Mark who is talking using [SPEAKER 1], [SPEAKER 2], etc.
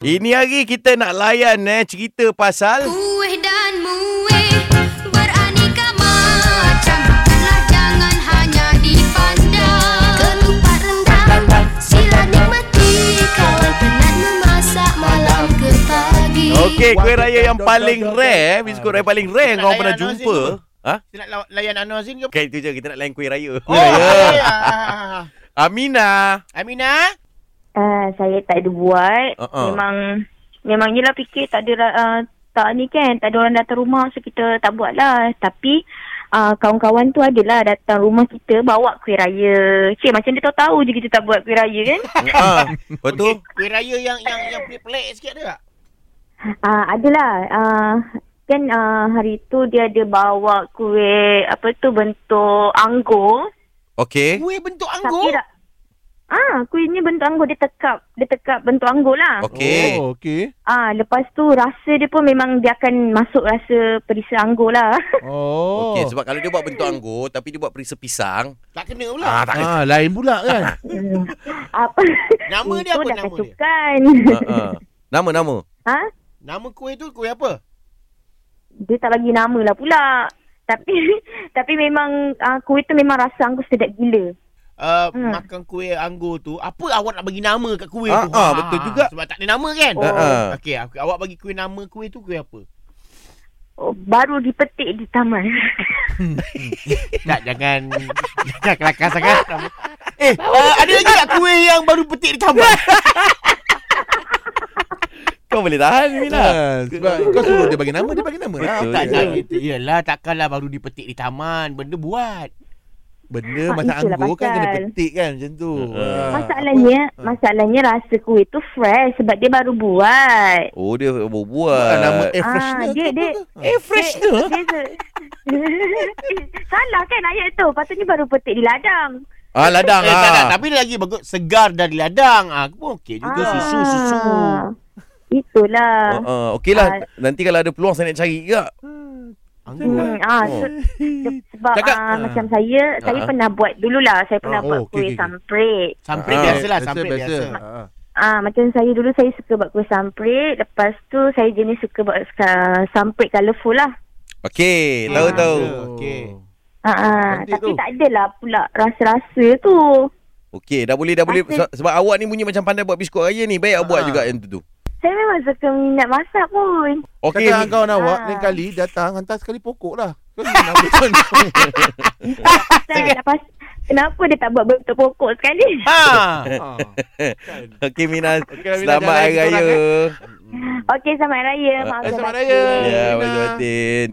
[SPEAKER 1] Ini hari kita nak layan eh cerita pasal
[SPEAKER 2] Kuih dan muih beraneka macam Makanlah jangan hanya dipandang Ketupat rendang sila nikmati Kawan penat memasak malam ke pagi
[SPEAKER 1] Okey, kuih raya yang paling rare, eh, biskut raya paling rare yang
[SPEAKER 3] Nak
[SPEAKER 1] kau pernah
[SPEAKER 3] layan
[SPEAKER 1] jumpa.
[SPEAKER 3] Azin
[SPEAKER 1] Ha?
[SPEAKER 3] Kita nak law- layan Anwar Zin ke?
[SPEAKER 1] Okey, itu je kita nak layan kuih raya.
[SPEAKER 3] Oh, ya.
[SPEAKER 1] Amina.
[SPEAKER 3] Aminah.
[SPEAKER 4] Uh, saya tak ada buat.
[SPEAKER 1] Uh-uh.
[SPEAKER 4] Uh-uh. Memang memang yelah fikir tak ada uh, tak ni kan, tak ada orang datang rumah so kita tak buat lah. Tapi uh, kawan-kawan tu adalah datang rumah kita bawa kuih raya. Cik macam dia tahu-tahu je kita tak buat kuih raya kan.
[SPEAKER 1] Ha. Lepas tu
[SPEAKER 3] Okey, Kuih raya yang yang yang pelik-pelik sikit ada tak?
[SPEAKER 4] uh, adalah uh, kan uh, hari tu dia ada bawa kuih apa tu bentuk anggur.
[SPEAKER 1] okey.
[SPEAKER 3] Kuih bentuk
[SPEAKER 4] Tapi
[SPEAKER 3] anggur.
[SPEAKER 4] tak Ah, kuihnya bentuk anggur dia tekap, dia tekap bentuk anggur lah.
[SPEAKER 1] Okey.
[SPEAKER 5] Oh, okey.
[SPEAKER 4] Ah, lepas tu rasa dia pun memang dia akan masuk rasa perisa anggur lah.
[SPEAKER 5] Oh.
[SPEAKER 1] Okey, sebab kalau dia buat bentuk anggur tapi dia buat perisa pisang,
[SPEAKER 3] Tak kena pula.
[SPEAKER 1] ah tak kena.
[SPEAKER 5] Ah, lain pula kan?
[SPEAKER 4] Hmm. apa?
[SPEAKER 3] Nama dia
[SPEAKER 4] Itu
[SPEAKER 3] apa
[SPEAKER 4] dah
[SPEAKER 3] nama dia?
[SPEAKER 4] kacaukan.
[SPEAKER 1] Ha, ha. Nama-nama.
[SPEAKER 4] ha?
[SPEAKER 3] Nama kuih tu kuih apa?
[SPEAKER 4] Dia tak bagi nama lah pula. Tapi tapi memang uh, kuih tu memang rasa anggur sedap gila.
[SPEAKER 3] Uh,
[SPEAKER 4] Hmm.
[SPEAKER 3] Makan kuih anggur tu Apa awak nak bagi nama kat kuih
[SPEAKER 1] Ah,
[SPEAKER 3] tu
[SPEAKER 1] ah, betul juga.
[SPEAKER 3] Sebab tak ada nama kan
[SPEAKER 1] Ha, ha.
[SPEAKER 3] Okey, aku- awak bagi kuih nama kuih tu kuih apa?
[SPEAKER 4] Oh, baru dipetik di taman.
[SPEAKER 3] Tak, jangan Jangan kelakar sangat Eh, uh, ada lagi tak kuih yang baru petik di taman?
[SPEAKER 1] Kau boleh tahan Amina.
[SPEAKER 5] Ah, sebab kau suruh dia bagi nama, dia bagi nama lah.
[SPEAKER 1] Betul.
[SPEAKER 3] tak,
[SPEAKER 1] je.
[SPEAKER 3] tak gitu. Yelah, takkanlah baru dipetik di taman Benda buat
[SPEAKER 5] Benda
[SPEAKER 4] Ah,
[SPEAKER 5] macam
[SPEAKER 4] itulah
[SPEAKER 5] anggur kan
[SPEAKER 4] pasal.
[SPEAKER 5] kena petik kan macam tu.
[SPEAKER 1] Uh-uh.
[SPEAKER 5] Ah.
[SPEAKER 4] masalahnya, masalahnya rasa kuih tu fresh sebab dia baru buat.
[SPEAKER 1] Oh dia baru
[SPEAKER 5] Ah,
[SPEAKER 1] buat.
[SPEAKER 5] nama
[SPEAKER 3] Eh,
[SPEAKER 5] air
[SPEAKER 4] Ah,
[SPEAKER 5] freshener ke
[SPEAKER 4] dia-
[SPEAKER 5] apa
[SPEAKER 4] dia-
[SPEAKER 5] ke?
[SPEAKER 1] Eh
[SPEAKER 4] Dia- dia se- Salah kan ayat tu. Patutnya baru petik di ladang.
[SPEAKER 1] Ah ladang
[SPEAKER 3] eh, tak, tak,
[SPEAKER 1] ah.
[SPEAKER 3] tapi lagi bagus segar dari ladang. Ah, aku pun okey juga ah. susu susu.
[SPEAKER 4] Ah,
[SPEAKER 5] Ah,
[SPEAKER 4] Itulah.
[SPEAKER 1] Ha,
[SPEAKER 3] Ah.
[SPEAKER 1] okeylah. Nanti kalau ada peluang saya nak cari juga.
[SPEAKER 3] Anggur.
[SPEAKER 5] kan?
[SPEAKER 4] Hmm, ah,
[SPEAKER 5] Oh.
[SPEAKER 4] so, se- sebab
[SPEAKER 1] Cakap.
[SPEAKER 4] ah, macam saya, saya
[SPEAKER 1] Ah.
[SPEAKER 4] pernah buat dululah. Saya pernah
[SPEAKER 5] Oh,
[SPEAKER 4] buat
[SPEAKER 5] okey,
[SPEAKER 4] kuih
[SPEAKER 5] okey.
[SPEAKER 4] samprit.
[SPEAKER 3] Samprit
[SPEAKER 1] Ah,
[SPEAKER 3] biasalah, samprit biasa.
[SPEAKER 5] Ah.
[SPEAKER 4] Ah, macam saya dulu saya suka buat kuih samprit. Lepas tu saya jenis suka buat uh, samprit colourful lah.
[SPEAKER 1] Okey,
[SPEAKER 3] Hmm.
[SPEAKER 1] tahu
[SPEAKER 4] Ah.
[SPEAKER 1] tahu.
[SPEAKER 3] Okey.
[SPEAKER 4] Ah, ah.
[SPEAKER 5] Cantik
[SPEAKER 4] tapi
[SPEAKER 5] tu.
[SPEAKER 4] tak adalah pula rasa-rasa tu.
[SPEAKER 1] Okey, dah boleh dah boleh
[SPEAKER 4] Rasa-
[SPEAKER 1] Se- sebab awak ni bunyi macam pandai buat biskut raya ni. Baik awak buat
[SPEAKER 5] Ah.
[SPEAKER 1] juga yang tu tu.
[SPEAKER 4] Saya memang suka minat masak pun.
[SPEAKER 1] Okey.
[SPEAKER 5] Kata kau nak awak
[SPEAKER 4] Ah.
[SPEAKER 5] lain kali datang hantar sekali pokok lah. Kau ni nak ambil contoh.
[SPEAKER 4] Ustaz, lepas, kenapa dia tak buat bentuk pokok sekali?
[SPEAKER 3] Ha.
[SPEAKER 5] Ah. Kan.
[SPEAKER 1] Okey Mina,
[SPEAKER 5] Okey, Mina,
[SPEAKER 1] selamat
[SPEAKER 5] jalan
[SPEAKER 1] hari
[SPEAKER 5] kita
[SPEAKER 1] raya. Ya,
[SPEAKER 5] orang,
[SPEAKER 4] Okey, selamat raya.
[SPEAKER 1] Ah,
[SPEAKER 4] Maaf
[SPEAKER 5] eh, selamat
[SPEAKER 4] terbatin.
[SPEAKER 5] raya.
[SPEAKER 1] Ya,
[SPEAKER 5] Mina.
[SPEAKER 1] Mazul Batin.